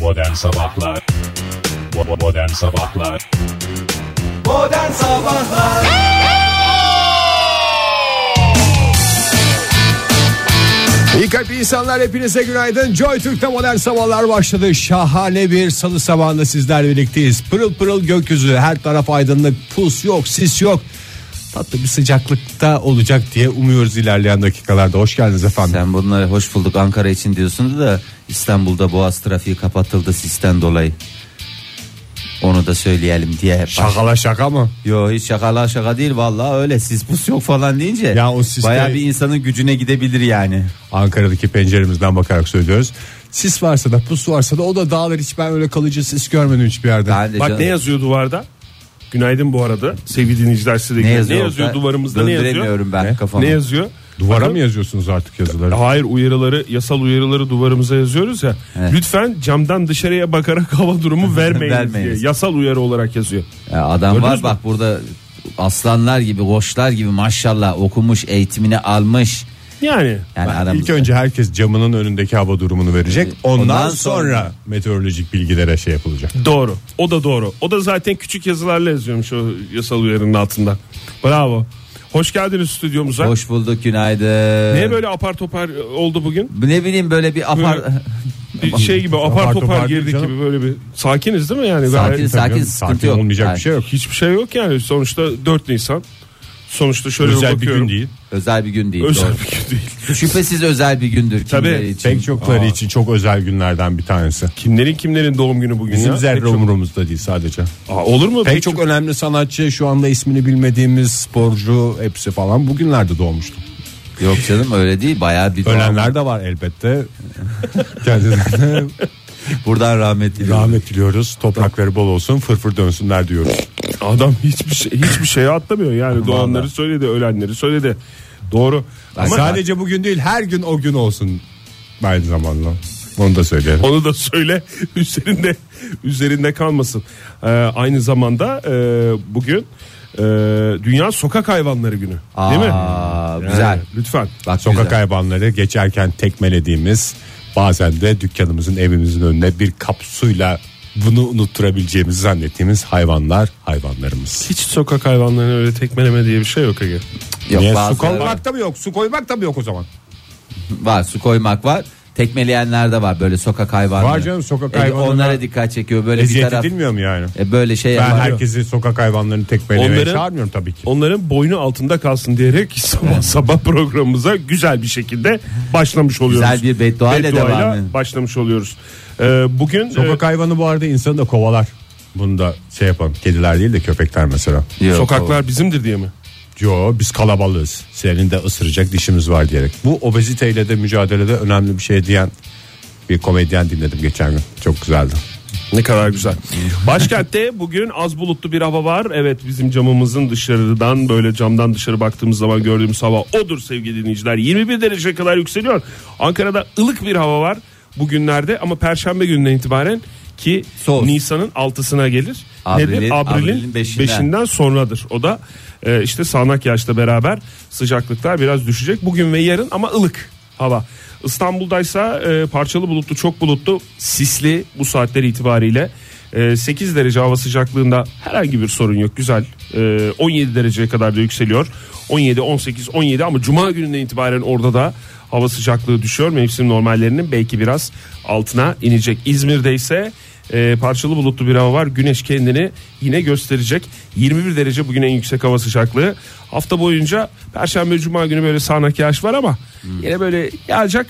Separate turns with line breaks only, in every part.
Modern Sabahlar Bo- Modern Sabahlar
Modern Sabahlar
İyi kalp insanlar hepinize günaydın. Joy Türk'te modern sabahlar başladı. Şahane bir salı sabahında sizler birlikteyiz. Pırıl pırıl gökyüzü, her taraf aydınlık, pus yok, sis yok. Tatlı bir sıcaklıkta olacak diye umuyoruz ilerleyen dakikalarda. Hoş geldiniz efendim.
Sen bunları hoş bulduk Ankara için diyorsunuz da İstanbul'da Boğaz trafiği kapatıldı sisten dolayı. Onu da söyleyelim diye. Bak,
Şakala şaka mı?
Yo hiç şakala şaka değil vallahi öyle sis pus yok falan deyince.
Ya o siste-
Bayağı bir insanın gücüne gidebilir yani.
Ankara'daki penceremizden bakarak söylüyoruz. Sis varsa da pus varsa da o da dağılır. Hiç ben öyle kalıcı sis görmedim hiçbir yerde.
Ben de
Bak
canım-
ne yazıyor duvarda? Günaydın bu arada sevgili dinleyiciler size de
ne
günaydın.
yazıyor,
ne yazıyor
orada?
duvarımızda ne yazıyor?
Döndüremiyorum ben kafamı.
Ne yazıyor?
Duvara
Bakın,
mı yazıyorsunuz artık yazıları?
Hayır uyarıları yasal uyarıları duvarımıza yazıyoruz ya.
Evet.
Lütfen camdan dışarıya bakarak hava durumu vermeyin diye.
Vermeyiniz.
Yasal uyarı olarak yazıyor.
Ya adam
Gördünüz
var
mü?
bak burada aslanlar gibi koçlar gibi maşallah okumuş eğitimini almış.
Yani
Yani
İlk
aramızda.
önce herkes camının önündeki hava durumunu verecek. Ee, Ondan,
Ondan
sonra,
sonra-
meteorolojik bilgilere şey yapılacak.
doğru. O da doğru. O da zaten küçük yazılarla yazıyormuş o yasal uyarının altında. Bravo. Hoş geldiniz stüdyomuza.
Hoş bulduk günaydın.
Niye böyle apar topar oldu bugün?
Ne bileyim böyle bir apar...
Böyle- Bir şey gibi apar,
Apar
topar,
topar değil
girdik
canım.
gibi böyle bir. Sakiniz değil mi yani?
sakin
Gayet-
sakin
Sakin,
sıkıntı yok.
olmayacak
Yani
bir şey yok.
Hiçbir şey yok yani sonuçta 4 Nisan. Sonuçta şöyle
Özel bir
bakıyorum.
gün değil.
Özel bir gün değil.
Özel
doğru.
bir gün değil.
Şüphesiz özel bir gündür kimileri
Tabii,
için.
Pek çokları
Aa.
için çok özel günlerden bir tanesi.
Kimlerin kimlerin doğum günü bugün
Bizim
ya?
zerre
Pek çok-
umurumuzda değil sadece.
Aa, olur mu?
Pek çok önemli sanatçı, şu anda ismini bilmediğimiz sporcu hepsi falan bugünlerde doğmuştu.
Yok canım öyle değil bayağı bir
Ölenler de var elbette. Kendilerine
Buradan rahmet diliyorum.
rahmet diliyoruz. Toprakları bol olsun, fırfır dönsünler diyoruz.
adam hiçbir şey hiçbir şeye atlamıyor yani doğanları söyledi, ölenleri söyledi. Doğru. Ama
Sadece bugün değil, her gün o gün olsun. Aynı zamanda. Onu da söyleyelim.
onu da söyle üzerinde üzerinde kalmasın. Ee, aynı zamanda e, bugün e, Dünya Sokak Hayvanları Günü. değil mi?
Aa,
Yani
güzel.
Lütfen.
Bak
Sokak
güzel.
hayvanları geçerken tekmelediğimiz bazen de dükkanımızın evimizin önüne bir kap suyla bunu unutturabileceğimizi zannettiğimiz hayvanlar hayvanlarımız.
Hiç sokak hayvanlarını öyle tekmeleme diye bir şey yok Ege.
Yok,
Niye su
bazıları var.
koymak da mı yok su koymak da mı yok o zaman?
Var, su koymak var. Tekmeleyenler de var böyle sokak hayvanları.
Var canım, sokak
E,
hayvanlarına
Onlara dikkat çekiyor böyle bir
Eziyet
taraf.
edilmiyor mu yani?
E, böyle şey
Ben
yapar.
herkesi sokak hayvanlarını tekmelemeye
Onların-
çağırmıyorum tabii ki.
Onların boynu altında kalsın diyerek sabah sabah programımıza güzel bir şekilde başlamış oluyoruz.
Güzel bir beddua ile
Bedduayla
devam edin.
başlamış oluyoruz. Ee, bugün
Sokak hayvanı bu arada insanı da kovalar. Bunu da şey yapalım. Kediler değil de köpekler mesela.
e,
Yok,
sokaklar bizimdir diye mi?
Yo biz kalabalığız. Senin de ısıracak dişimiz var diyerek. Bu obeziteyle de mücadelede önemli bir şey diyen bir komedyen dinledim geçen gün. Çok güzeldi.
Ne kadar güzel. Başkentte bugün az bulutlu bir hava var. Evet bizim camımızın dışarıdan böyle camdan dışarı baktığımız zaman gördüğümüz hava odur sevgili dinleyiciler. 21 derece kadar yükseliyor. Ankara'da ılık bir hava var bugünlerde ama perşembe gününden itibaren ki
Soğuz.
Nisan'ın 6'sına gelir.
Abril'in-
Nedir?
Abril'in
Abril'in
beşinden.
5'inden sonradır. O da e, işte sağanak yağışla beraber sıcaklıklar biraz düşecek. Bugün ve yarın ama ılık hava. İstanbul'daysa e, parçalı bulutlu çok bulutlu sisli bu saatler itibariyle. E, 8 derece hava sıcaklığında herhangi bir sorun yok güzel E, 17 dereceye kadar da yükseliyor 17 18 17 ama cuma gününden itibaren orada da hava sıcaklığı düşüyor mevsim normallerinin belki biraz altına inecek İzmir'de ise ee, parçalı bulutlu bir hava var. Güneş kendini yine gösterecek. 21 derece bugün en yüksek hava sıcaklığı. Hafta boyunca Perşembe Cuma günü böyle sağanak yağış var ama
Hmm.
yine böyle yağacak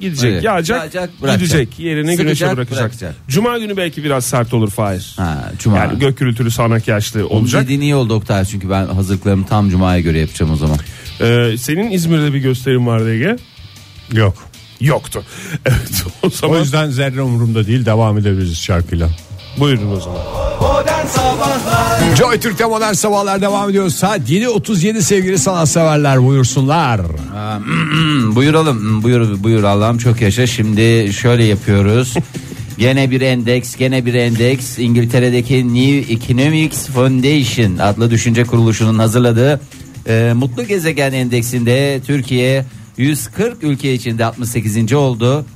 gidecek.
Evet.
Yağacak,
Yağacak, bırakacak.
gidecek. Yerini
Sıkacak,
güneşe bırakacak.
bırakacak.
Cuma günü belki biraz sert olur Fahir.
Ha, Cuma.
Yani gök gürültülü sağanak yağışlı
Onun
olacak.
dediğin iyi oldu Oktay şey çünkü ben hazırlıklarımı tam Cuma'ya göre yapacağım o zaman.
Ee, senin İzmir'de bir gösterim vardı Ege.
Yok.
Yoktu. Evet o zaman
O yüzden zerre umurumda değil devam edebiliriz şarkıyla.
buyurun o zaman.
Modern Sabahlar
Joy Türk'te modern sabahlar devam ediyor. Saat 7.37 sevgili sanatseverler buyursunlar.
Hmm, buyuralım Hmm, buyur buyur Allah'ım çok yaşa şimdi şöyle yapıyoruz gene bir endeks gene bir endeks İngiltere'deki New Economics Foundation adlı düşünce kuruluşunun hazırladığı e, Mutlu Gezegen Endeksinde Türkiye 140 ülke içinde 68. oldu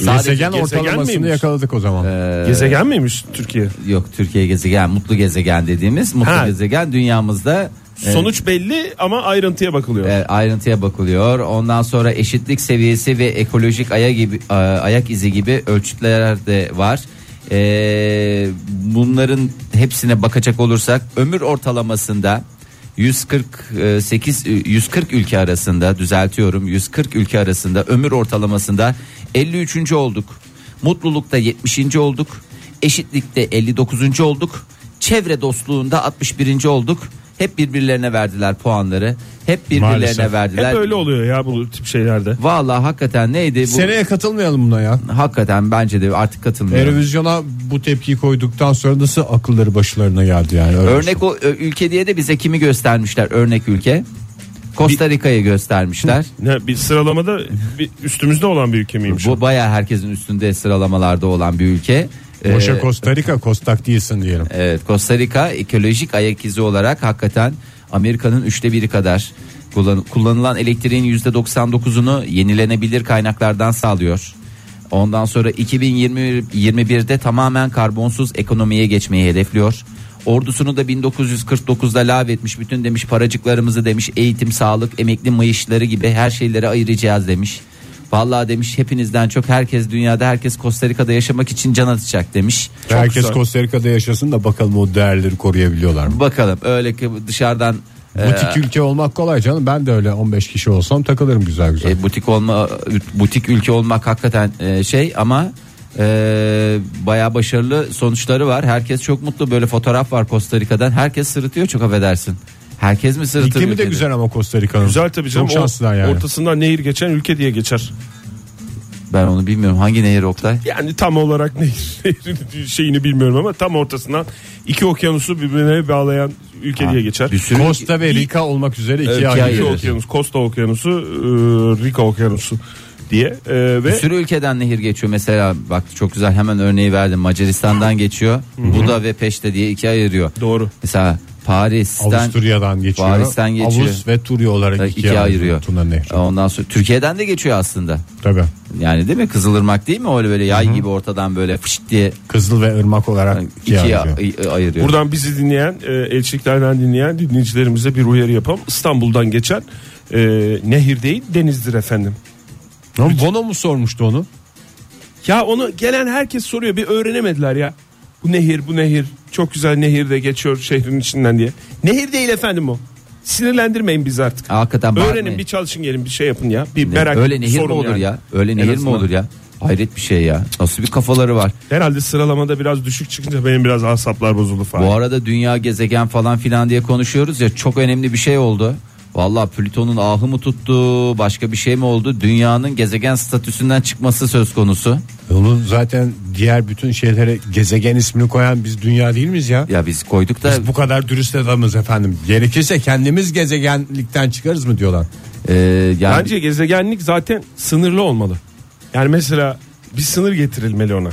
Sadece
gezegen
ortalamasını
miymiş? Ee,
yakaladık o zaman.
Ee,
Gezegen miymiş Türkiye?
yok Türkiye gezegen mutlu gezegen dediğimiz mutlu
Ha.
gezegen dünyamızda e,
Sonuç belli ama ayrıntıya bakılıyor.
e, ayrıntıya bakılıyor. Ondan sonra eşitlik seviyesi ve ekolojik ayak gibi a- ayak izi gibi ölçütler de var. E, bunların hepsine bakacak olursak ömür ortalamasında 148 e, 140 ülke arasında düzeltiyorum 140 ülke arasında ömür ortalamasında 53. olduk. Mutlulukta 70. olduk. Eşitlikte 59. olduk. Çevre dostluğunda 61. olduk. Hep birbirlerine verdiler puanları. Hep birbirlerine
Maalesef.
verdiler.
Hep öyle oluyor ya bu tip şeylerde.
Vallahi hakikaten neydi bu?
Seneye katılmayalım buna ya.
Hakikaten bence de artık katılmıyorum.
Eurovision'a bu tepkiyi koyduktan sonra nasıl akılları başlarına geldi yani. Öyle düşün.
Örnek o ö- ülke diye de bize kimi göstermişler örnek ülke? Costa Rica'yı göstermişler.
Ne, bir sıralamada bir üstümüzde olan bir ülke miymiş?
Bu bayağı herkesin üstünde sıralamalarda olan bir ülke.
e,
Ee,
Boşa Costa Rica kostak değilsin diyelim.
Evet Costa Rica ekolojik ayak izi olarak hakikaten Amerika'nın üçte biri kadar Kullan- kullanılan elektriğin yüzde 99'unu yenilenebilir kaynaklardan sağlıyor. Ondan sonra 2021'de tamamen karbonsuz ekonomiye geçmeyi hedefliyor. Ordusunu da 1949'da lağvetmiş bütün demiş paracıklarımızı demiş eğitim, sağlık, emekli mayışları gibi her şeylere ayıracağız demiş. Vallahi demiş hepinizden çok herkes dünyada herkes Costa Rica'da yaşamak için can atacak demiş.
Herkes
güzel.
Costa Rica'da yaşasın da bakalım o değerleri koruyabiliyorlar mı?
Bakalım öyle ki dışarıdan e,
Butik ülke olmak kolay canım. Ben de öyle 15 kişi olsam takılırım güzel güzel.
e, butik olma butik ülke olmak hakikaten e, şey ama e, bayağı başarılı sonuçları var. Herkes çok mutlu böyle fotoğraf var Costa Rica'dan. Herkes sırıtıyor çok affedersin. Herkes mi sırıtır?
İklimi de
ülkede?
güzel ama Costa Rica'nın.
Güzel tabii canım.
Çok şanslılar
O-
yani.
Ortasından nehir geçen ülke diye geçer.
Ben onu bilmiyorum. Hangi nehir
E-
Oktay?
Yani tam olarak nehir, nehrin şeyini bilmiyorum ama tam ortasından iki okyanusu birbirine bağlayan ülke diye geçer.
Bir sürü
Costa ve Rica olmak üzere ikiye
ikiye
İki
ayrı.
ayrı.
okyanus, Costa okyanusu, e, Rica okyanusu diye e,
bir
ve
sürü ülkeden nehir geçiyor mesela bak çok güzel hemen örneği verdim Macaristan'dan geçiyor Buda ve Peşte diye ikiye ayırıyor
doğru.
mesela Paris'ten
Avusturya'dan geçiyor.
Paris'ten geçiyor.
Avus ve Turya olarak ikiye,
ikiye ayırıyor
Tuna Nehri.
ondan sonra Türkiye'den de geçiyor aslında
Tabii.
Yani değil mi? Kızılırmak değil mi? Öyle böyle yay gibi ortadan böyle fışt diye
Kızıl ve ırmak olarak ikiye,
ikiye
ayırıyor.
ay- ayırıyor.
Buradan bizi dinleyen, e, elçiliklerden dinleyen dinleyicilerimize bir uyarı yapalım. İstanbul'dan geçen e, nehir değil denizdir efendim.
Lan Bono mu sormuştu onu?
Ya onu gelen herkes soruyor bir öğrenemediler ya. Bu nehir bu nehir çok güzel nehir de geçiyor şehrin içinden diye. Nehir değil efendim o. Sinirlendirmeyin bizi artık.
Hakikaten
Öğrenin
bağırmayın.
bir çalışın gelin bir şey yapın ya. Bir
Ne-
merak
Öyle nehir mi
sorun
olur
yani.
ya? Öyle
En
nehir mi
azından.
olur ya? Hayret bir şey ya. Nasıl bir kafaları var?
Herhalde sıralamada biraz düşük çıkınca benim biraz asaplar bozuldu falan.
Bu arada dünya gezegen falan filan diye konuşuyoruz ya çok önemli bir şey oldu. Valla Plüton'un ahı mı tuttu başka bir şey mi oldu? Dünyanın gezegen statüsünden çıkması söz konusu.
Onu zaten diğer bütün şeylere gezegen ismini koyan biz dünya değil miyiz ya?
Ya biz koyduk da
Biz bu kadar dürüst adamız efendim. Gerekirse kendimiz gezegenlikten çıkarız mı diyorlar.
e, yani
Bence gezegenlik zaten sınırlı olmalı. Yani mesela bir sınır getirilmeli ona.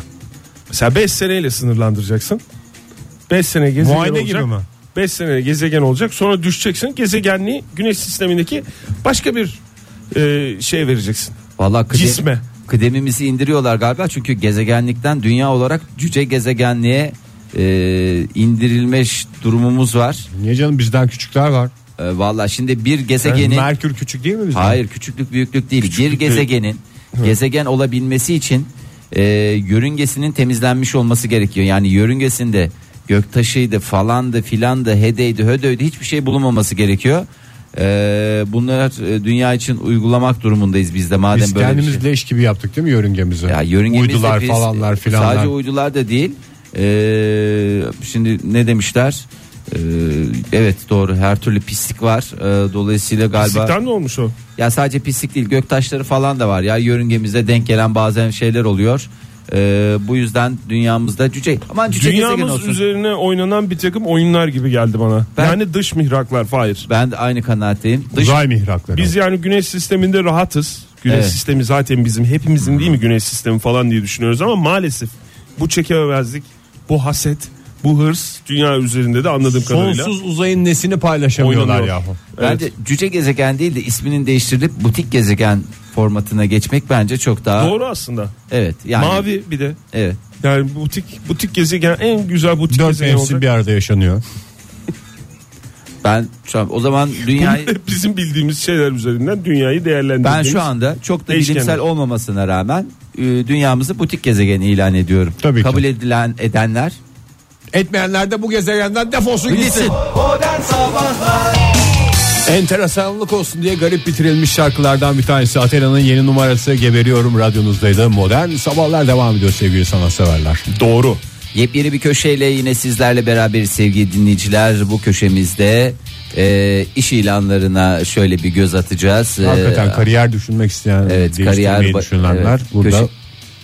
Mesela 5 seneyle sınırlandıracaksın. 5 sene gezegen
Muayene
olacak.
gibi mi?
5 sene gezegen olacak. Sonra düşeceksin. Gezegenliği güneş sistemindeki başka bir e, şey vereceksin.
Valla kıdem,
Cisme.
kıdemimizi indiriyorlar galiba çünkü gezegenlikten dünya olarak cüce gezegenliğe e, indirilmiş durumumuz var.
Niye canım bizden küçükler var.
E, Valla şimdi bir
Yani
gezegenin
Merkür küçük değil mi bizden?
hayır küçüklük büyüklük değil bir gezegenin gezegen olabilmesi için e, yörüngesinin temizlenmiş olması gerekiyor. Yani yörüngesinde göktaşıydı falandı filandı hedeydi hödöydü hiçbir şey bulunmaması gerekiyor. E, bunlar e, dünya için uygulamak durumundayız biz de madem
Biz
böyle bir şey.
kendimiz leş gibi yaptık değil mi yörüngemizi?
Ya yörüngemizde
Uydular
biz- e,
falanlar filanlar.
Sadece uydular da değil. Ee, şimdi ne demişler? Ee, evet doğru her türlü pislik var. Ee, dolayısıyla galiba
Pislikten ne olmuş o?
ya sadece pislik değil göktaşları falan da var. Ya yörüngemizde denk gelen bazen şeyler oluyor. Ee, bu yüzden dünyamızda cüce aman cüce gezegen
Dünyamız
olsun.
üzerine oynanan bir takım oyunlar gibi geldi bana.
Ben-
Yani dış mihraklar Fahir.
Ben de aynı kanaatteyim. Dış
Uzay mihrakları.
Biz yani güneş sisteminde rahatız. Güneş
Evet.
sistemi zaten bizim hepimizin değil mi güneş sistemi falan diye düşünüyoruz ama maalesef bu çekememezlik, bu haset, Bu hırs dünya üzerinde de anladığım kadarıyla.
Sonsuz uzayın nesini paylaşamıyorlar
Oynanıyor.
yahu.
Bence cüce gezegen değil de isminin değiştirilip butik gezegen formatına geçmek bence çok daha
Doğru aslında.
Evet yani
Mavi bir de.
Evet.
Yani butik butik gezegen en güzel butik
Dört
gezegen
mevsim
olacak.
bir arada yaşanıyor.
Ben şu an o zaman dünyayı
Hep bizim bildiğimiz şeyler üzerinden dünyayı
ben
değerlendirdiğimiz.
şu anda çok da
Değişkenler.
bilimsel olmamasına rağmen e, dünyamızı butik gezegeni ilan ediyorum.
Tabii ki.
Kabul edilen edenler
Etmeyenler de bu gezegenden defolsun
bilsin.
Modern Sabahlar
Enteresanlık olsun diye garip bitirilmiş şarkılardan bir tanesi. Athena'nın yeni numarası Geberiyorum radyonuzdaydı. Modern sabahlar devam ediyor sevgili sanatseverler.
Doğru.
Yepyeni bir köşeyle yine sizlerle beraber sevgili dinleyiciler bu köşemizde e, iş ilanlarına şöyle bir göz
Ee,
atacağız. E,
Hakikaten kariyer düşünmek isteyen,
Evet
değiştirmeyi
kariyer ba-
düşünenler
evet,
burada
köşe-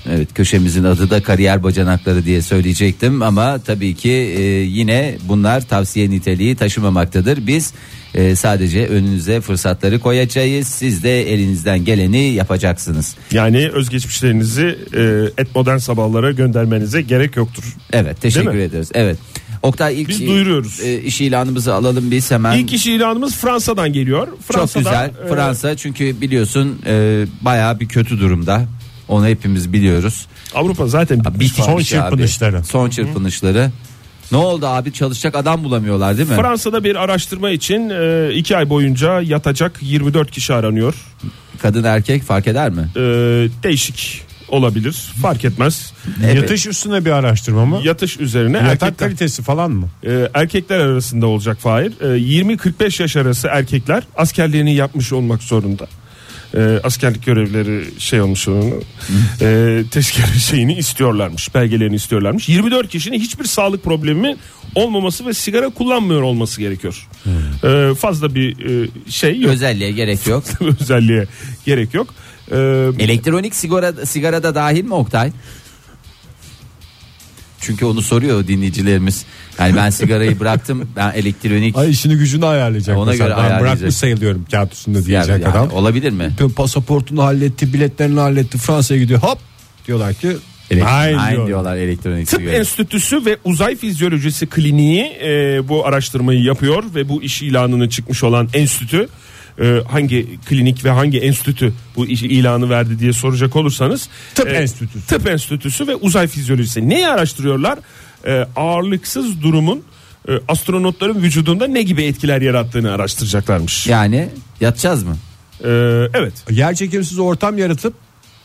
Evet köşemizin adı da kariyer bacanakları diye söyleyecektim ama tabii ki e, yine bunlar tavsiye niteliği taşımamaktadır. Biz e, sadece önünüze fırsatları koyacağız. Siz de elinizden geleni yapacaksınız.
Yani özgeçmişlerinizi e, et modern sabahlara göndermenize gerek yoktur.
Evet teşekkür
mi?
ederiz. Evet. Oktay ilk
Biz
e,
duyuruyoruz.
e, iş ilanımızı alalım biz hemen.
İlk iş ilanımız Fransa'dan geliyor.
Çok
Fransa'dan,
güzel.
e,
Fransa çünkü biliyorsun e, bayağı bir kötü durumda. Onu hepimiz biliyoruz.
Avrupa zaten
Bir
Son çırpınışları.
Son çırpınışları. Ne oldu abi çalışacak adam bulamıyorlar değil mi?
Fransa'da bir araştırma için e, iki ay boyunca yatacak 24 kişi aranıyor.
Kadın erkek fark eder mi?
E, değişik olabilir fark etmez.
Evet.
yatış üstüne bir araştırma mı?
Yatış üzerine
Yatak
erkekler,
kalitesi falan mı?
e, erkekler arasında olacak Fahir. E, 20-45 yaş arası erkekler askerliğini yapmış olmak zorunda. E, askerlik görevleri şey olmuş onun e, teşkil şeyini istiyorlarmış belgelerini istiyorlarmış 24 kişinin hiçbir sağlık problemi olmaması ve sigara kullanmıyor olması gerekiyor E, fazla bir e, şey yok
Özelliğe gerek yok.
özelliğe gerek yok E,
Elektronik sigara sigara da dahil mi Oktay? Çünkü onu soruyor dinleyicilerimiz. Yani ben sigarayı bıraktım. Ben elektronik
Ay işini gücünü ayarlayacak.
Ona
mesela.
göre
Ben
ayarlayacak.
bırakmış sayılıyorum kağıt üstünde
yani-
diyecek adam.
olabilir mi?
Tüm Pasaportunu halletti, biletlerini halletti. Fransa'ya gidiyor. Hop diyorlar ki
Elektrik-
Hayır diyorlar.
diyorlar elektronik
Tıp
sigara.
Enstitüsü ve Uzay Fizyolojisi Kliniği e, bu araştırmayı yapıyor ve bu iş ilanını çıkmış olan enstitü e, hangi klinik ve hangi enstitü bu iş ilanı verdi diye soracak olursanız
Tıp
e,
enstitüsü.
Tıp Enstitüsü ve Uzay Fizyolojisi neyi araştırıyorlar? E, ağırlıksız durumun e, astronotların vücudunda ne gibi etkiler yarattığını araştıracaklarmış.
Yani yatacağız mı?
E, evet.
Yer çekimsiz ortam yaratıp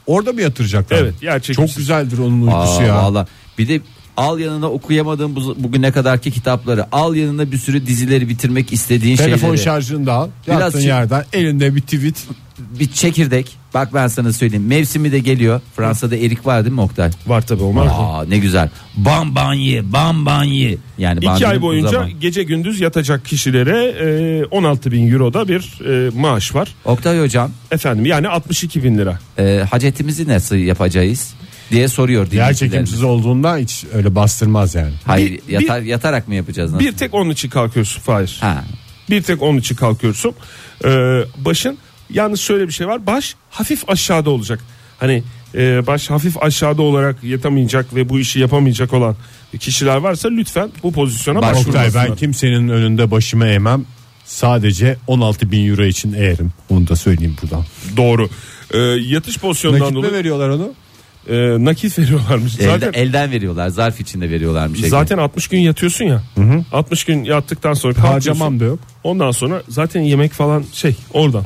orada mı yatıracaklar?
Evet, yer çekimsiz.
Çok güzeldir onun uykusu
Aa,
ya.
Valla. Bir de al yanına okuyamadığın bu- bugüne kadarki kitapları, al yanına bir sürü dizileri bitirmek istediğin
Telefon
şeyleri.
şarjını da al.
Biraz
Yattığın
şey-
yerden elinde bir tweet
bir çekirdek. Bak ben sana söyleyeyim. Mevsimi de geliyor. Fransa'da erik var değil mi Oktay?
Var tabii o
Aa ne güzel. Bambanye, bambanye. Yani
İki
bambanyenin
ay boyunca
uzamı.
gece gündüz yatacak kişilere e, 16 bin euroda bir e, maaş var.
Oktay hocam,
Efendim yani 62 bin lira.
e, hacetimizi nasıl yapacağız diye soruyor
yer
dinleyicilerimiz.
çekimsiz olduğunda hiç öyle bastırmaz yani.
Hayır,
Bir-
yatar, yatarak mı yapacağız nasıl?
Bir tek onun için kalkıyorsun Fahir.
Ha.
Bir tek onun için kalkıyorsun. E, başın yalnız şöyle bir şey var. Baş hafif aşağıda olacak. Hani e, baş hafif aşağıda olarak yatamayacak ve bu işi yapamayacak olan kişiler varsa lütfen bu pozisyona
Başvurun.
Oktay
başvurmasınlar.
ben kimsenin önünde başımı eğmem. Sadece 16 bin euro için eğerim. Onu da söyleyeyim buradan.
Doğru. E, yatış pozisyonundan
Nakit mi
dolayı
veriyorlar onu?
e, nakit veriyorlarmış.
Elde-
Zaten
elden veriyorlar, zarf içinde veriyorlarmış. Ege.
Zaten 60 gün yatıyorsun ya. 60 gün yattıktan sonra kalkıyorsun.
Harcamam da yok.
Ondan sonra zaten yemek falan şey oradan.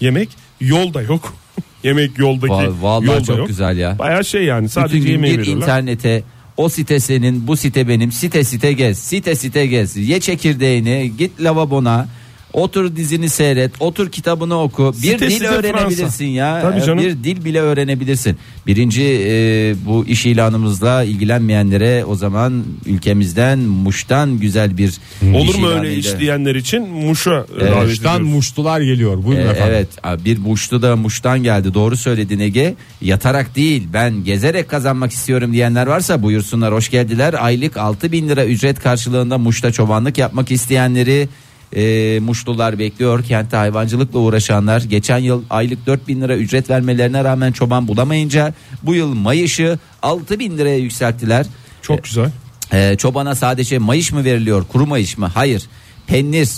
Yemek yolda yok. yemek yoldaki
Va- vallahi
yolda
çok
yok.
güzel ya.
Baya şey yani sadece
Bütün gün
yemeği
gir
veriyorlar.
internete o site senin bu site benim site site gez site site gez ye çekirdeğini git lavabona otur dizini seyret otur kitabını oku bir
Site
dil
site
öğrenebilirsin
Fransa.
ya
Tabii
Ee,
canım.
bir dil bile öğrenebilirsin birinci e, bu iş ilanımızla ilgilenmeyenlere o zaman ülkemizden Muş'tan güzel bir
Olur
iş
mu öyle
ilanıyla-
işleyenler için Muş'a e, davet
Baştan
ediyoruz.
muştular geliyor.
Ee,
Buyurun efendim.
evet Aa, bir Muş'tu da Muş'tan geldi doğru söyledin Ege yatarak değil ben gezerek kazanmak istiyorum diyenler varsa buyursunlar hoş geldiler aylık 6000 bin lira ücret karşılığında Muş'ta çobanlık yapmak isteyenleri e, Muşlular bekliyor kentte hayvancılıkla uğraşanlar geçen yıl aylık 4000 bin lira ücret vermelerine rağmen çoban bulamayınca bu yıl Mayış'ı 6000 bin liraya yükselttiler
Çok güzel.
Ee, çobana sadece mayış mı veriliyor kuru mayış mı? Hayır. Peynir,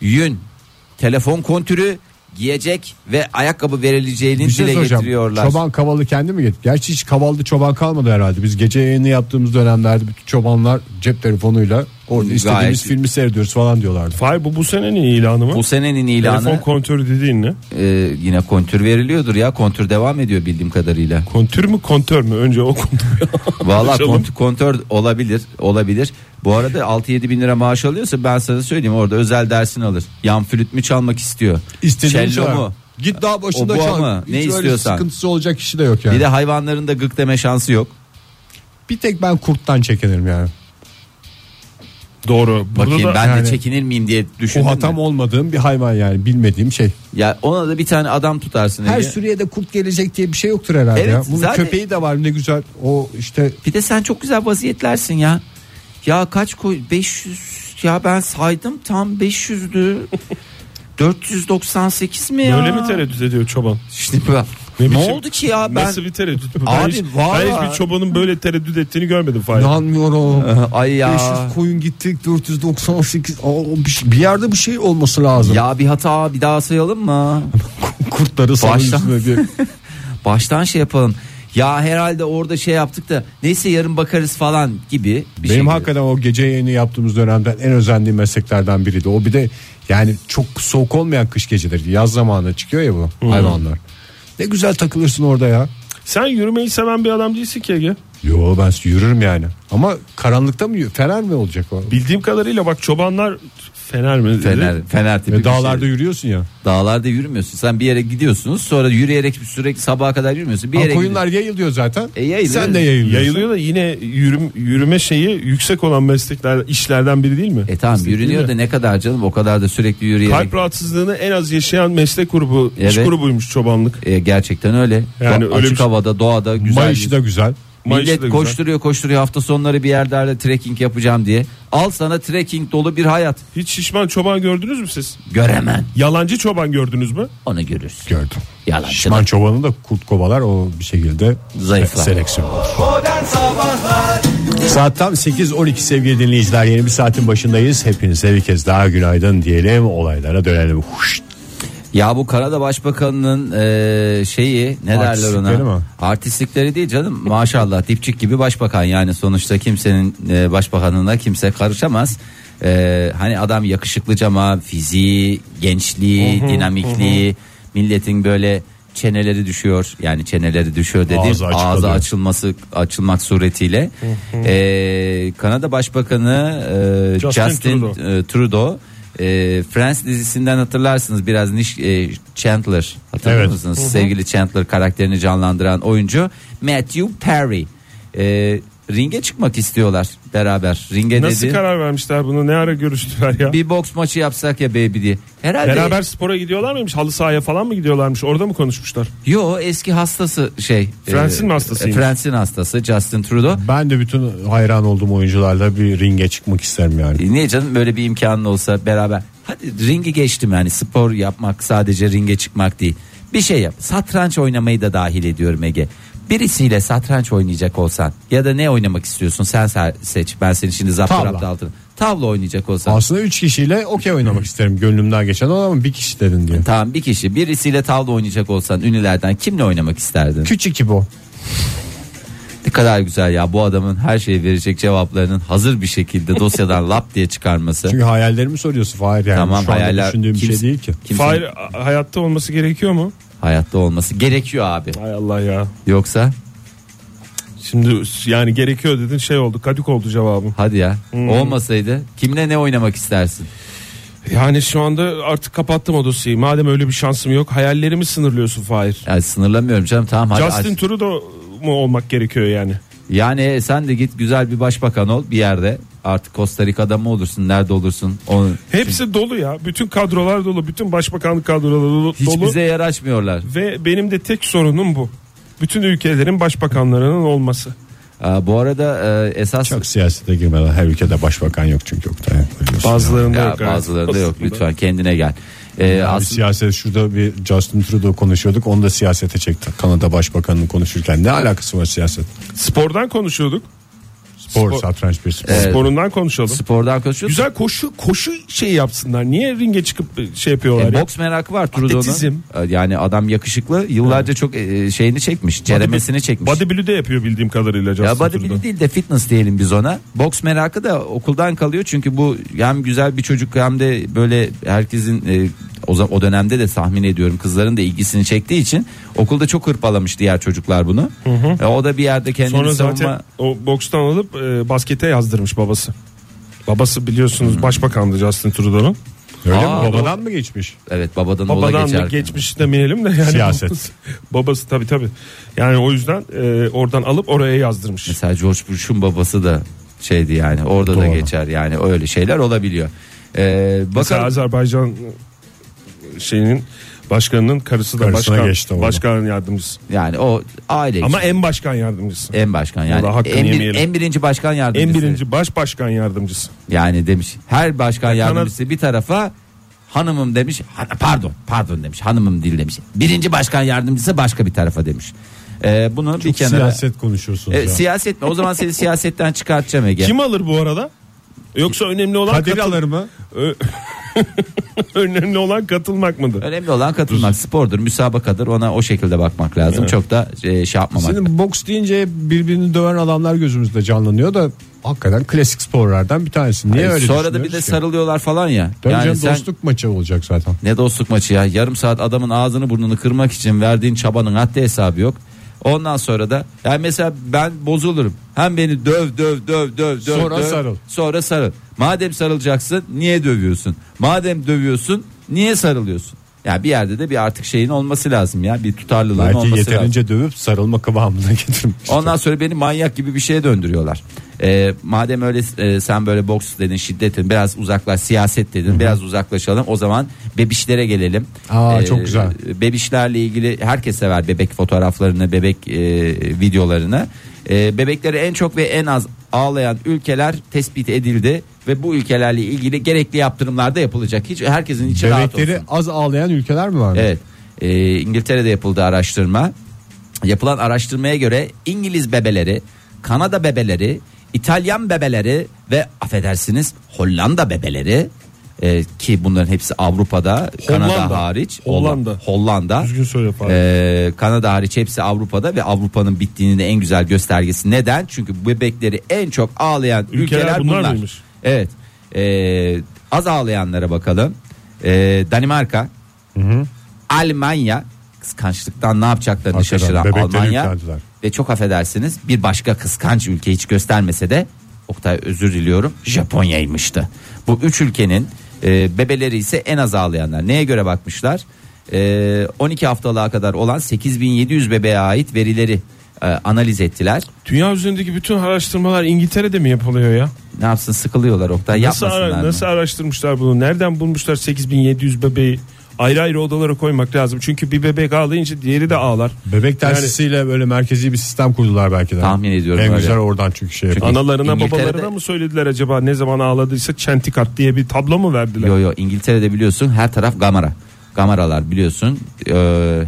yün, telefon kontürü, giyecek ve ayakkabı verileceğini
Bir şey
dile
soracağım.
getiriyorlar.
Çoban kavalı kendi mi getirdi? Gerçi hiç kavallı çoban kalmadı herhalde. Biz gece yayını yaptığımız dönemlerde bütün çobanlar cep telefonuyla orada
Gayet-
istediğimiz filmi seyrediyoruz falan diyorlardı.
Fay bu bu senenin ilanı mı?
Bu senenin ilanı
Telefon kontörü dediğin ne?
e, yine kontür veriliyordur ya kontür devam ediyor bildiğim kadarıyla.
Kontür mü kontör mü? Önce o kontör.
Valla
Konuşalım.
kont- kontör olabilir olabilir. Bu arada 6-7 bin lira maaş alıyorsa ben sana söyleyeyim orada özel dersini alır. Yan flüt mü çalmak istiyor?
İstediğin
Cello
çal.
mu?
Git daha başında
Oboe
çal.
mı?
Hiç
Ne
öyle
istiyorsan.
Sıkıntısı olacak kişi de yok yani.
Bir
Bir,
de hayvanların da gık deme şansı yok.
tek ben kurttan çekinirim yani.
Doğru. Burada
Bakayım
da
ben
yani-
de çekinir miyim diye
O
düşündüm.
hatam
de.
olmadığım bir hayvan yani bilmediğim şey.
Ya ona da bir tane adam tutarsın.
Her
Ege.
sürüye de kurt gelecek diye bir şey yoktur herhalde
Evet,
ya. Bunun
zaten-
köpeği de var ne güzel. O işte
Bir de sen çok güzel vaziyetlersin ya. Ya kaç koy 500 ya ben saydım tam 500'dü. 498 mi ya?
böyle mi tereddüt ediyor çoban?
Şimdi bak,
Ne
Ne,
biçim-
oldu ki ya ben
Nasıl bir tereddüt? bu? ben,
Abi,
hiç,
valla-
ben hiçbir çobanın böyle tereddüt ettiğini görmedim Fahir.
inanmıyorum.
Ay ya.
500 koyun gittik 498 Aa, bir şey- bir yerde bir şey olması lazım.
Ya bir hata bir daha sayalım mı?
Kurtları salın
Baştan.
üstüne diye.
Baştan şey yapalım. Ya herhalde orada şey yaptık da neyse yarın bakarız falan gibi bir şey.
Benim
gibi.
hakikaten o gece yayını yaptığımız dönemden en özendiğim mesleklerden biriydi. O bir de yani çok soğuk olmayan kış geceleri yaz zamanında çıkıyor ya bu
Hmm.
hayvanlar. Ne güzel takılırsın orada ya.
Sen yürümeyi seven bir adam değilsin ki Ege.
Yo ben yürürüm yani. Ama karanlıkta mı yürü- fener mi olacak o?
Bildiğim kadarıyla bak çobanlar fener mi? dedi?
Fener, fener tipi
Ve
bir
dağlarda
şey.
yürüyorsun ya.
Dağlarda yürümüyorsun. Sen bir yere gidiyorsunuz sonra yürüyerek sürekli sabaha kadar yürümüyorsun. Bir
Ha,
yere
koyunlar yayılıyor zaten.
E, yayılıyor.
Sen de yayılıyorsun.
Yayılıyor da yine yürüm, yürüme şeyi yüksek olan meslekler işlerden biri değil mi?
gidiyorsun. E tamam
Meslek
yürünüyor
değil
da
mi?
ne kadar canım o kadar da sürekli yürüyerek.
Kalp rahatsızlığını en az yaşayan meslek grubu iş
Evet.
grubuymuş çobanlık.
E, gerçekten öyle.
Yani
Do-
öyle
açık
bir şey-
havada, doğada güzel.
May işi de güzel.
Mayıs da
Millet
güzel.
koşturuyor koşturuyor hafta sonları bir yerlerde trekking yapacağım diye. Al sana trekking dolu bir hayat.
Hiç şişman çoban gördünüz mü siz?
Göremen.
Yalancı çoban gördünüz mü?
Onu görürsün.
Gördüm.
Yalancı.
Şişman çobanı da kurt kovalar o bir şekilde
Zayıflar.
se- seleksiyon olur.
Modern Sabahlar
Saat tam 8.12 sevgili dinleyiciler yeni bir saatin başındayız. Hepinize bir kez daha günaydın diyelim olaylara dönelim. Huş.
Ya bu Kanada Başbakanının eee, şeyi ne derler
Artistlikleri
ona?
mi?
Artistlikleri değil canım. Maşallah dipçik gibi başbakan yani sonuçta kimsenin eee, başbakanına kimse karışamaz. Eee, hani adam yakışıklıca ama fiziği, gençliği, dinamikliği, milletin böyle çeneleri düşüyor. Yani çeneleri düşüyor dediğim
Ağzı
ağzı,
açık oluyor.
açılması açılmak suretiyle. Eee, Kanada Başbakanı eee,
Justin
Justin,
Trudeau.
e, Trudeau e, Friends dizisinden hatırlarsınız biraz Niş e, Chandler hatırlar
Evet.
mısınız? Sevgili Chandler karakterini canlandıran oyuncu Matthew Perry. E, ringe çıkmak istiyorlar beraber. Ringe
Nasıl
dedi.
karar vermişler bunu? Ne ara görüştüler ya?
Bir boks maçı yapsak ya baby diye. Herhalde
Beraber spora gidiyorlar mıymış? Halı sahaya falan mı gidiyorlarmış? Orada mı konuşmuşlar?
yo eski hastası şey.
Friends'in mi hastasıymış?
e, Friends'in hastası Justin Trudeau.
Ben de bütün hayran olduğum oyuncularla bir ringe çıkmak isterim yani.
E, Niye canım böyle bir imkanın olsa beraber. Hadi ringi geçtim yani spor yapmak sadece ringe çıkmak değil. Bir şey yap. Satranç oynamayı da dahil ediyorum Ege. Birisiyle satranç oynayacak olsan ya da ne oynamak istiyorsun sen se- seç. Ben seni şimdi zaptı
Tavla.
raptı altına. Tavla oynayacak olsan.
Aslında 3 kişiyle okey oynamak isterim gönlümden geçen o ama bir kişi dedin diye.
Tamam bir kişi birisiyle tavla oynayacak olsan ünlülerden kimle oynamak isterdin?
Küçük gibi o.
Ne kadar güzel ya bu adamın her şeye verecek cevaplarının hazır bir şekilde dosyadan lap diye çıkarması.
Çünkü hayallerimi soruyorsun Fahir yani.
tamam
Şu anda
hayaller
düşündüğüm bir şey
kimse-
değil ki.
kimsenin
Fahir a- hayatta olması gerekiyor mu?
hayatta olması gerekiyor abi.
Hay Allah ya.
Yoksa
Şimdi yani gerekiyor dedin şey oldu. Kadük oldu cevabım.
Hadi ya.
Hmm.
Olmasaydı kimle ne oynamak istersin?
Yani şu anda artık kapattım o dosyayı. Madem öyle bir şansım yok hayallerimi sınırlıyorsun Fahir.
Yani sınırlamıyorum canım. Tamam hadi.
Justin
aç.
Trudeau mu olmak gerekiyor yani?
Yani sen de git güzel bir başbakan ol bir yerde. Artık Costa Rica'da mı olursun? Nerede olursun? Onu
Hepsi dolu ya. Bütün kadrolar dolu. Bütün başbakanlık kadroları dolu.
hiç
dolu.
bize yer açmıyorlar.
Ve benim de tek sorunum bu. Bütün ülkelerin başbakanlarının olması.
Aa, bu arada e, esas
Çok siyasete girmeden her ülkede başbakan yok çünkü Oktay. Biliyorsun
Bazılarında
ya,
yok. evet.
bazıları da yok
Aslında.
lütfen kendine gel. E,
Yani
aslında
siyaset şurada bir Justin Trudeau konuşuyorduk onu da siyasete çekti. Kanada Başbakanı'nı konuşurken ne alakası var siyaset?
Spordan konuşuyorduk.
Spor, satranç bir spor.
Sporundan konuşalım.
Spordan konuşuyoruz.
şey. Güzel koşu koşu şey yapsınlar. Niye ringe çıkıp şey yapıyorlar?
E,
ya?
boks merakı var Trudeau'nun.
Atletizm.
E, Yani adam yakışıklı. Yıllarca çok e, şeyini çekmiş. Ceremesini çekmiş.
Bodybuild'i de yapıyor bildiğim kadarıyla Justin
ya
Trudeau.
bodybuilding değil de fitness diyelim biz ona. Boks merakı da okuldan kalıyor çünkü bu hem güzel bir çocuk hem de böyle herkesin e, o, za- o dönemde de tahmin ediyorum kızların da ilgisini çektiği için okulda çok hırpalamış diğer çocuklar bunu. E, o da bir yerde kendini
Sonra
savunma
zaten o bokstan alıp e, baskete yazdırmış babası. Babası
Hmm.
biliyorsunuz başbakandı Justin Trudeau'nun.
Öyle
Aa,
mi? Babadan mı geçmiş?
evet babadan, ola
Babadan da
geçer.
geçmiş demeyelim de yani.
Siyaset.
babası tabii tabii. Yani o yüzden e, oradan alıp oraya yazdırmış.
Mesela George Bush'un babası da şeydi yani orada da
Doğru.
geçer yani öyle şeyler olabiliyor. Ee,
Mesela
bakalım
Azerbaycan e, şeyinin başkanının karısı da
Karısına
başkan,
geçti orada.
başkan yardımcısı.
yani o aile
Ama
Ama
en başkan yardımcısı.
en başkan
Vallahi
yani
hakkını
en, bir-
yemeyelim.
en birinci başkan yardımcısı.
En birinci baş başkan yardımcısı.
Yani demiş her başkan
Ya Kanada-
yardımcısı bir tarafa hanımım demiş ha- pardon pardon demiş hanımım değil demiş. Birinci başkan yardımcısı başka bir tarafa demiş. Ee, bunu bir kenara.
Siyaset konuşuyorsunuz
E,
ya.
siyaset mi? O zaman seni siyasetten çıkartacağım Ege.
Kim alır bu arada? Yoksa önemli olan
Kadir
katıl-
alır mı?
önemli olan katılmak mıdır?
Önemli olan katılmak spordur müsabakadır ona o şekilde bakmak lazım çok da e, şey yapmamak
Senin boks deyince hep birbirini döven adamlar gözümüzde canlanıyor da hakikaten klasik sporlardan bir tanesi. Niye öyle
E, Sonra da bir de
düşünüyoruz ki?
sarılıyorlar falan ya.
Tabii
yani
canım,
sen
dostluk maçı olacak zaten.
ne dostluk maçı ya. Yarım saat adamın ağzını burnunu kırmak için verdiğin çabanın haddi hesabı yok. Ondan sonra da yani mesela ben bozulurum. Hem beni döv döv döv döv döv.
Sonra
döv,
sarıl.
Sonra sarıl. Madem sarılacaksın niye dövüyorsun? Madem dövüyorsun niye sarılıyorsun? Ya bir yerde de bir artık şeyin olması lazım ya. Bir tutarlılığın
Belki
olması lazım.
yeterince dövüp sarılma kıvamına getirmiş.
Ondan sonra beni manyak gibi bir şeye döndürüyorlar. Ee, madem öyle e, sen böyle boks dedin şiddetin biraz uzaklaş siyaset dedin biraz uzaklaşalım o zaman bebişlere gelelim. Ee,
Aa, çok güzel.
Bebişlerle ilgili herkes sever bebek fotoğraflarını bebek e, videolarını. E, bebekleri en çok ve en az ağlayan ülkeler tespit edildi ve bu ülkelerle ilgili gerekli yaptırımlar da yapılacak. Hiç herkesin içi Şey rahat olsun.
Bebekleri az ağlayan ülkeler mi var?
Evet. Ee, İngiltere'de yapıldı araştırma. Yapılan araştırmaya göre İngiliz bebeleri, Kanada bebeleri, İtalyan bebeleri ve affedersiniz Hollanda bebeleri e, ki bunların hepsi Avrupa'da, Kanada
Hollanda.
hariç,
Hollanda.
Hollanda.
Düzgün söyle Fahri.
Ee, Kanada hariç hepsi Avrupa'da ve Avrupa'nın bittiğinin de en güzel göstergesi neden? Çünkü bebekleri en çok ağlayan ülkeler,
Ülkeler
bunlar.
bunlar mıymış?
Evet. Ee, az ağlayanlara bakalım. Ee, Danimarka, Almanya kıskançlıktan ne yapacaklarını
Hakikaten,
şaşıran
bebekleri
Almanya
yüklendiler.
ve çok affedersiniz bir başka kıskanç ülke hiç göstermese de Oktay özür diliyorum Japonya'ymıştı. Bu üç ülkenin e, bebeleri ise en az ağlayanlar. Neye göre bakmışlar? E, 12 haftalığa kadar olan 8700 bebeğe ait verileri e, analiz ettiler.
Dünya üzerindeki bütün araştırmalar İngiltere'de mi yapılıyor ya?
Ne yapsın sıkılıyorlar Oktay
Nasıl, ara-
yapmasınlar mı?
nasıl araştırmışlar bunu? Nereden bulmuşlar 8700 bebeği? Ayrı ayrı odalara koymak lazım. Çünkü bir bebek ağlayınca diğeri de ağlar.
Bebek tersisiyle böyle merkezi bir sistem kurdular belki de.
Tahmin ediyorum
En
öyle.
güzel oradan çünkü şey. yapıyor.
Analarına
İngiltere'de-
babalarına mı söylediler acaba ne zaman ağladıysa çentikat diye bir tablo mu verdiler?
Yo yo İngiltere'de biliyorsun her taraf gamara. Kameralar biliyorsun e,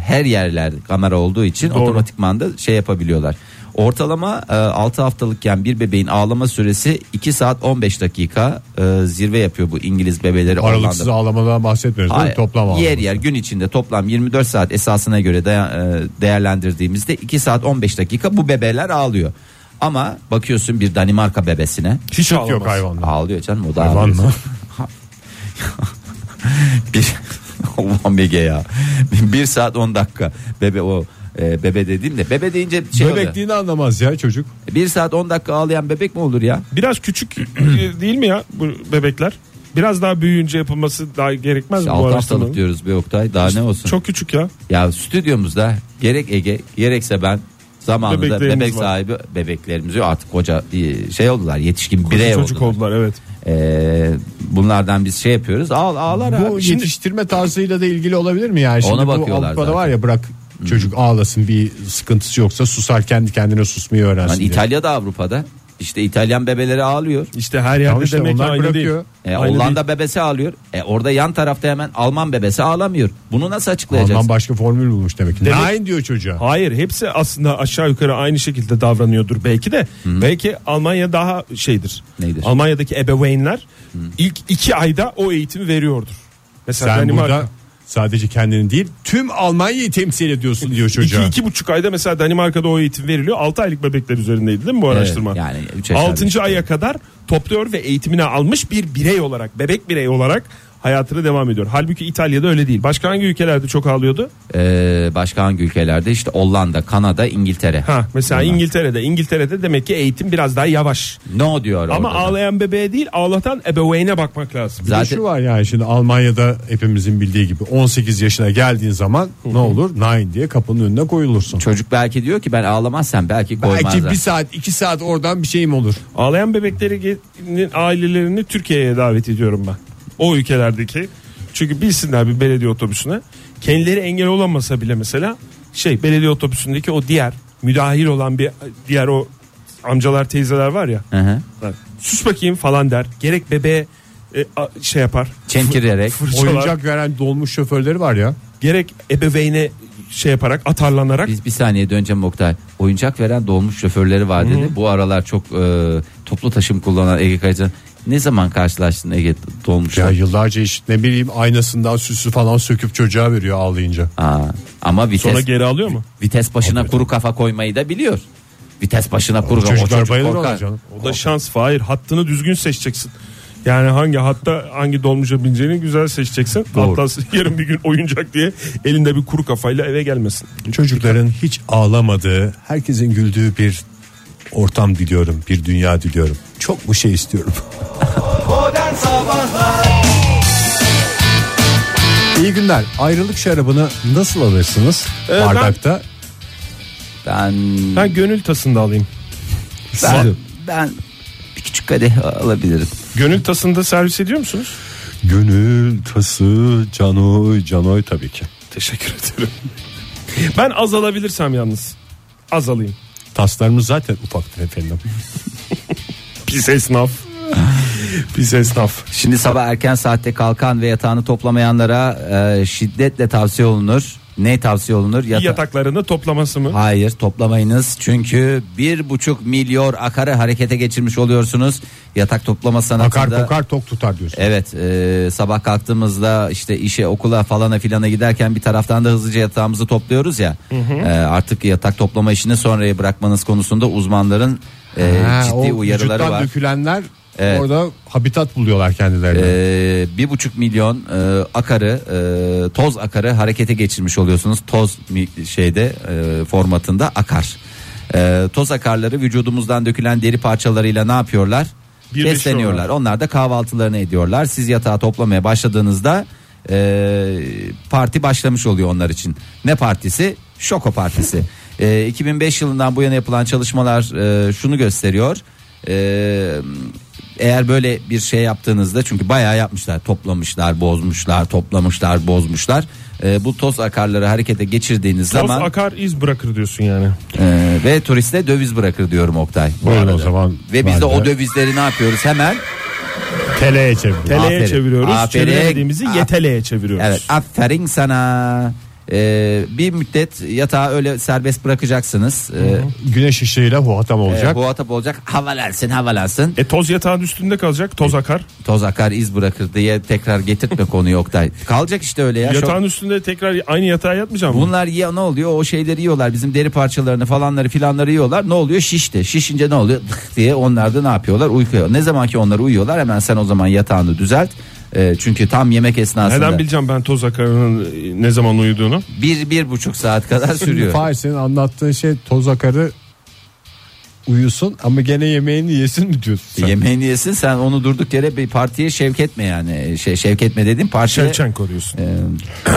her yerler kamera olduğu için otomatikman da şey yapabiliyorlar. Ortalama e, 6 haftalıkken bir bebeğin ağlama süresi 2 saat 15 dakika e, zirve yapıyor bu İngiliz bebeleri.
Aralıksız
Hollanda-
ağlamadan bahsetmiyoruz değil mi?
Hayır,
Toplam ağlama.
Yer yer gün içinde toplam 24 saat esasına göre daya- e, değerlendirdiğimizde 2 saat 15 dakika bu bebeler ağlıyor. Ama bakıyorsun bir Danimarka bebesine
Hiç yok
Ağlamaz.
hayvanda.
Ağlıyor canım o da
Hayvan
ağlıyor.
mı?
bir Allah'ım Ege ya. Bir saat 10 dakika bebe o e, bebe dediğim de bebe deyince şey oluyor.
Bebekliğini anlamaz ya çocuk.
Bir saat 10 dakika ağlayan bebek mi olur ya?
Biraz küçük e, değil mi ya bu bebekler? Biraz daha büyüyünce yapılması daha gerekmez mi bu
6
araştırmanın?
haftalık diyoruz bir Oktay daha ne olsun.
Çok küçük ya.
Ya stüdyomuzda gerek Ege gerekse ben zamanında
Bebeklerimiz
bebek
var.
sahibi bebeklerimiz yok. artık koca e, şey oldular yetişkin birey
Birey çocuk
oldular.
oldular evet.
E, bunlardan biz şey yapıyoruz ağl ağlar
Bu
abi. Şimdi-
yetiştirme tarzıyla da ilgili olabilir mi yani? Şimdi
Ona
bu
bakıyorlar
Avrupa'da
zaten.
var ya bırak çocuk ağlasın bir sıkıntısı yoksa susar kendi kendine susmayı öğrensin.
Hani
diye.
İtalya'da Avrupa'da İşte İtalyan bebeleri ağlıyor.
İşte her yerde
Tamam işte
demek ki
onlar
aynı
bırakıyor.
E,
değil. Aynı
Hollanda bebesi ağlıyor. E, orada yan tarafta hemen Alman bebesi ağlamıyor. Bunu nasıl
Ondan
açıklayacaksın?
başka formül bulmuş demek ki.
Demek-
Nein diyor çocuğa.
Hayır hepsi aslında aşağı yukarı aynı şekilde davranıyordur belki de. Belki Almanya daha şeydir.
Neydir?
Almanya'daki ebeveynler ilk iki ayda o eğitimi veriyordur. Mesela
Sen
Danimarka.
burada sadece kendini değil tüm Almanya'yı temsil ediyorsun diyor
İki,
çocuğa.
iki buçuk ayda mesela Danimarka'da o eğitim veriliyor. 6 aylık bebekler üzerindeydi değil mi bu araştırma?
yani üç yaşlar,
6. aya kadar topluyor ve eğitimini almış bir birey olarak, bebek birey olarak hayatına devam ediyor. Halbuki İtalya'da öyle değil. Başka hangi ülkelerde çok ağlıyordu?
E, başka hangi ülkelerde? İşte Hollanda, Kanada, İngiltere.
Ha mesela
Bunlar.
İngiltere'de. İngiltere'de demek ki eğitim biraz daha yavaş.
No diyor
Ama
orada da.
ağlayan bebeğe değil, ağlatan ebeveyne bakmak lazım.
Bir de
Zaten-
şu var yani şimdi Almanya'da hepimizin bildiği gibi 18 yaşına geldiğin zaman ne olur? Nein diye kapının önüne koyulursun.
Çocuk belki diyor ki ben ağlamazsam belki koymazlar.
Belki bir saat iki saat oradan bir şeyim olur.
Ağlayan bebeklerinin ailelerini Türkiye'ye davet ediyorum ben. O ülkelerdeki. Çünkü bilsinler bir belediye otobüsüne. Kendileri engel olamasa bile mesela şey belediye otobüsündeki o diğer müdahil olan bir diğer o amcalar teyzeler var ya.
Hı hı.
Bak, Sus bakayım falan der. Gerek bebeğe e, a- şey yapar.
Çemkirerek.
Fırçalar.
Oyuncak veren dolmuş şoförleri var ya.
Gerek ebeveyne şey yaparak atarlanarak.
Biz bir saniye döneceğim Oktay. Oyuncak veren dolmuş şoförleri var dedi. Bu aralar çok e, toplu taşım kullanan Ege Kayacan. Ne zaman karşılaştın Ege
Ya
dolmuşla?
yıllarca işte ne bileyim aynasından süsü falan söküp çocuğa veriyor ağlayınca.
Aa, ama vites,
Sonra geri alıyor mu?
vites başına kuru kafa koymayı da biliyor. Vites başına kuru kafa.
Çocuklar
O çocuk
bayılır
korkar.
ona canım.
O da şans Fahir. Hattını düzgün seçeceksin. Yani hangi hatta hangi dolmuşa bineceğini güzel seçeceksin.
Doğru.
Hatta yarın bir gün oyuncak diye elinde bir kuru kafayla eve gelmesin.
Çocukların hiç ağlamadığı, herkesin güldüğü bir ortam diliyorum, bir dünya diliyorum. Çok bu şey istiyorum.
Modern Sabahlar
İyi günler. Ayrılık şarabını nasıl alırsınız?
Ee,
Bardakta.
Ben,
Ben gönül tasında alayım.
ben, ben bir küçük kadeh alabilirim.
Gönül tasında servis ediyor musunuz?
Gönül tası canoy canoy tabii ki.
Teşekkür ederim. ben az alabilirsem yalnız. Az alayım.
Taslarımız zaten ufaktır efendim.
Pis esnaf. Pis esnaf.
Şimdi sabah erken saatte kalkan ve yatağını toplamayanlara e, şiddetle tavsiye olunur. Ne tavsiye olunur? Yata-
Yataklarını toplaması mı?
Hayır toplamayınız çünkü bir buçuk milyar akarı harekete geçirmiş oluyorsunuz. Yatak toplama sanatında.
Akar kokar tok tutar diyorsun.
Evet e, sabah kalktığımızda işte işe okula falana filana giderken bir taraftan da hızlıca yatağımızı topluyoruz ya. E, artık yatak toplama işini sonraya bırakmanız konusunda uzmanların e,
Ha,
ciddi
o
uyarıları
vücuttan
var.
dökülenler
Evet.
orada habitat buluyorlar kendilerine.
Ee, bir buçuk milyon e, akarı e, toz akarı harekete geçirmiş oluyorsunuz toz mi- şeyde e, formatında akar E, toz akarları vücudumuzdan dökülen deri parçalarıyla ne yapıyorlar
Birleşiyorlar.
besleniyorlar onlar da kahvaltılarını ediyorlar siz yatağı toplamaya başladığınızda e, parti başlamış oluyor onlar için ne partisi şoko partisi E, 2005 yılından bu yana yapılan çalışmalar e, şunu gösteriyor E, eğer böyle bir şey yaptığınızda çünkü bayağı yapmışlar toplamışlar bozmuşlar toplamışlar bozmuşlar Ee, bu toz akarları harekete geçirdiğiniz
Toz
zaman
akar iz bırakır diyorsun yani.
e, ve turiste döviz bırakır diyorum Oktay.
Buyurun o zaman.
Ve biz
ben
de o dövizleri ne yapıyoruz hemen
Teleye çeviriyorum.
Teleye
Aferin.
çeviriyoruz.
Aferin.
Çeviremediğimizi
Aferin.
yeteleye çeviriyoruz.
evet aferin sana Ee, bir müddet yatağı öyle serbest bırakacaksınız ee,
Güneş ışığıyla huatam olacak.
e, bu atap olacak havalansın havalansın
E toz yatağın üstünde kalacak. Toz akar.
toz akar iz bırakır diye tekrar getirtme konuyu Oktay kalacak işte öyle ya Şok-
Yatağın üstünde tekrar aynı yatağa yatmayacağım. mı?
Bunlar yiyor ne oluyor? O şeyleri yiyorlar. Bizim deri parçalarını falanları filanları yiyorlar. Ne oluyor? Şişti. Şişince ne oluyor? Dık diye onlar da ne yapıyorlar? Uykuyor. Ne zaman ki onlar uyuyorlar hemen sen o zaman yatağını düzelt. Ee, çünkü tam yemek esnasında
Neden bileceğim ben toz akarının ne zaman uyuduğunu?
bir, bir buçuk saat kadar
Şimdi
sürüyor.
Fahir senin anlattığın şey toz akarı uyusun ama gene yemeğini yesin mi diyorsun sen?
Yemeğini yesin sen onu durduk yere bir partiye şevk etme yani. Şey, şevk etme dediğim parça.
Şevçenko diyorsun.
Ee,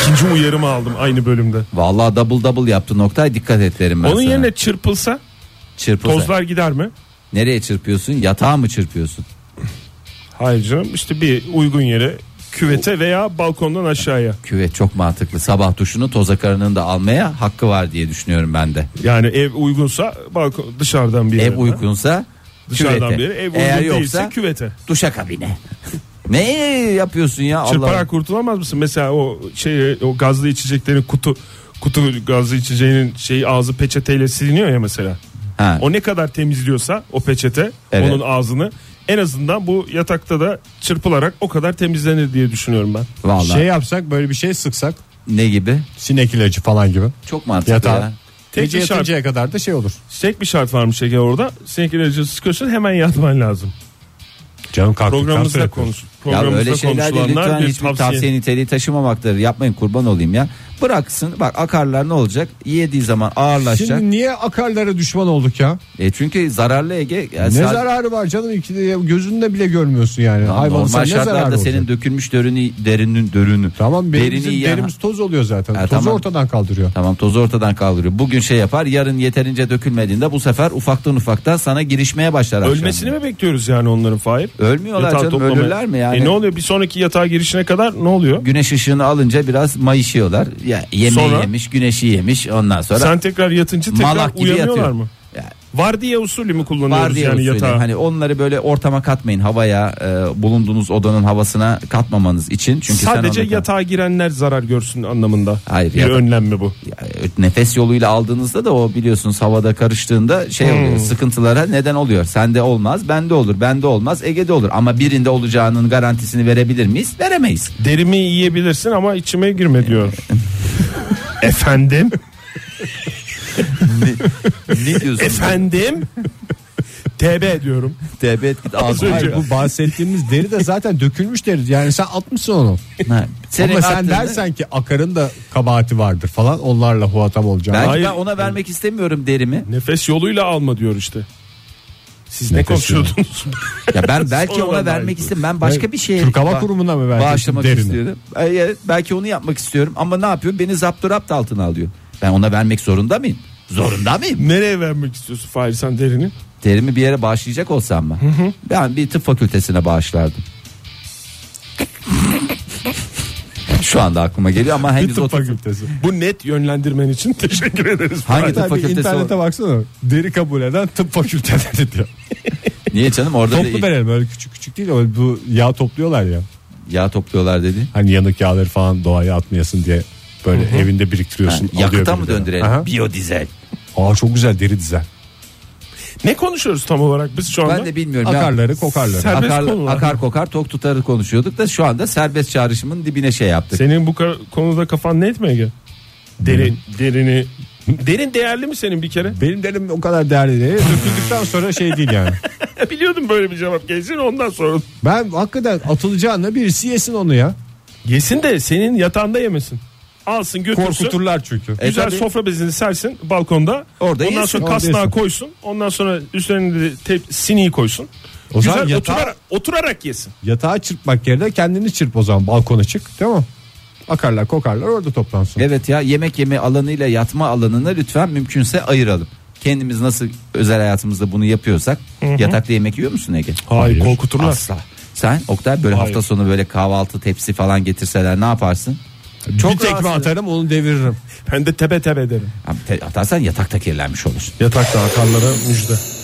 İkinci uyarımı aldım aynı bölümde.
vallahi double double yaptı noktaya dikkat et derim ben
Onun
sana.
yerine çırpılsa
Çırpılsa.
tozlar gider mi?
Nereye çırpıyorsun? Yatağa mı çırpıyorsun?
Hayır canım işte bir uygun yere Küvete veya balkondan aşağıya.
Küvet çok mantıklı. Sabah duşunu toza karının da almaya hakkı var diye düşünüyorum ben de.
Yani ev uygunsa balkon dışarıdan bir yere.
Ev uygunsa
Dışarıdan
küvete.
bir yere. Ev uygun
Eğer
değilse
yoksa
küvete.
duşa kabine. ne yapıyorsun ya
Çırparak
Allah
kurtulamaz mısın? Mesela o şey o gazlı içeceklerin kutu kutu gazlı içeceğinin şeyi ağzı peçeteyle siliniyor ya mesela.
Ha.
O ne kadar temizliyorsa o peçete
Evet.
onun ağzını en azından bu yatakta da çırpılarak o kadar temizlenir diye düşünüyorum ben.
Vallahi
Şey yapsak böyle bir şey sıksak
ne gibi?
sinek ilacı falan gibi.
Çok mantıklı
Yatağa.
ya.
Tek
Gece
bir şart-
yatıncaya kadar da şey olur.
Tek bir şart varmış Ege orada. Sinek ilacı sıkıyorsun hemen yatman lazım.
Canım kalktıktan
Programımızda
sonra
konuş.
Ya
Programımızda
öyle şeyler değil
konuşulanlar
lütfen
bir
hiçbir
tavsiye.
tavsiye niteliği taşımamaktadır. Yapmayın kurban olayım ya. Bıraksın bak akarlar ne olacak? Yediği zaman ağırlaşacak.
Şimdi niye akarlara düşman olduk ya?
E çünkü zararlı Ege. Ya
Ne
sa-
zararı var canım? İkide- gözünde bile görmüyorsun yani.
Tamam,
Hayvanın
normal
sana ne zararı
şartlarda
olacak?
senin dökülmüş dörünü, derinin dörünü.
Tamam benim
Derini
bizim
yiyen-
derimiz toz oluyor zaten.
Ha,
Tozu
tamam.
ortadan kaldırıyor.
Tamam tozu ortadan kaldırıyor. Bugün şey yapar yarın yeterince dökülmediğinde bu sefer ufaktan ufaktan sana girişmeye başlar. akşam.
Ölmesini mi bekliyoruz yani onların Fahir?
Ölmüyorlar
Yatağı
canım
toplamaya.
ölürler mi yani?
E ne oluyor bir sonraki yatağa girişine kadar ne oluyor?
Güneş ışığını alınca biraz mayışıyorlar. Ya yemeği
Sonra?
yemiş, güneşi yemiş. Ondan sonra
Sen tekrar yatınca tekrar
Malak gibi
uyanıyorlar
yatıyor.
mı?
Ya-
Var diye usulü mü kullanıyoruz
var diye
yani
usulü.
yatağa?
Hani onları böyle ortama katmayın havaya, e, bulunduğunuz odanın havasına katmamanız için. Çünkü sen
Sadece
oradaki-
yatağa girenler zarar görsün anlamında.
Hayır,
bir
yatak-
önlem mi bu?
Ya, e, nefes yoluyla aldığınızda da o biliyorsunuz havada karıştığında şey
Hmm.
oluyor sıkıntılara neden oluyor. Sende olmaz, bende olur, bende olmaz, Ege'de olur. Ama birinde olacağının garantisini verebilir miyiz? Veremeyiz.
Derimi yiyebilirsin ama içime girme diyor. Efendim?
ne diyorsun?
Efendim? TB diyorum.
TB etkisi az
Hayır, bu bahsettiğimiz deri de zaten dökülmüş deri. Yani sen atmışsın onu.
Ha, senin
Ama sen
aklında-
dersen ki akarın da kabahati vardır falan onlarla huatam olacağım.
Belki
Hayır.
ben ona vermek istemiyorum derimi.
Nefes yoluyla alma diyor işte. Siz ne
Nefes
konuşuyordunuz?
Ya ben belki ona
Sonradan
vermek
belki.
istem. Ben başka bir şeye
Türk Hava
ba-
Kurumu'na mı vereceksin
bağışlamak
derini?
istiyorum. Ay, evet, belki onu yapmak istiyorum ama ne yapıyor? Beni zapturapt altına alıyor. Ben ona vermek zorunda mıyım? Zorunda mıyım?
Nereye vermek istiyorsun Fahir sen derini?
Derimi bir yere bağışlayacak olsam mı? Ben bir tıp fakültesine bağışlardım. Şu anda aklıma geliyor ama henüz o tıp-
tıp fakültesi. Bu net yönlendirmen için teşekkür ederiz.
hangi tıp
Hatta bir
fakültesi?
internete baksana. Deri kabul eden tıp fakülteleri diyor.
Niye canım orada
Toplu
da
verelim öyle küçük küçük değil öyle bu yağ topluyorlar ya.
yağ topluyorlar dedi.
Hani yanık yağları falan doğaya atmayasın diye böyle evinde biriktiriyorsun. alıyor
Yakıta
biri
mı
de.
döndürelim?
Aha.
Biyodizel.
Aa çok güzel deri dizel.
Ne konuşuyoruz tam olarak biz şu anda?
Ben de bilmiyorum. ya.
Akarları kokarları.
Sen- Serbest
akar,
konular.
akar kokar tok tutarı konuşuyorduk da şu anda serbest çağrışımın dibine şey yaptık.
Senin bu ka- konuda kafan net mi Ege? Derin, derini. Derin değerli mi senin bir kere?
Benim derim o kadar değerli değil. Döküldükten sonra şey değil yani.
Biliyordum böyle bir cevap geleceğini ondan sonra.
Ben hakikaten atılacağına birisi yesin onu ya.
Yesin de senin yatağında yemesin. Alsın götürsün.
Korkuturlar çünkü.
E,
Güzel
tabii.
sofra bezini sersin balkonda.
Orada
Ondan
yesin,
sonra
orada
kasnağı
yesin.
koysun. Ondan sonra üstlerine de tep- siniyi koysun.
O zaman
Güzel
yatağa-
oturarak, oturarak yesin.
Yatağa çırpmak yerine kendini çırp o zaman balkona çık değil mi? Akarlar kokarlar orada toplansın.
Evet ya yemek yeme alanıyla yatma alanını lütfen mümkünse ayıralım. Kendimiz nasıl özel hayatımızda bunu yapıyorsak yatakta yemek yiyor musun Ege?
Hayır, korkuturlar.
Asla. Sen Oktay böyle
Hayır.
hafta sonu böyle kahvaltı tepsi falan getirseler ne yaparsın?
Çok bir tekme atarım onu deviririm.
Ben de tebe tebe derim.
Abi te- Atarsan yatakta kirlenmiş olur.
Yatakta akanlara müjde.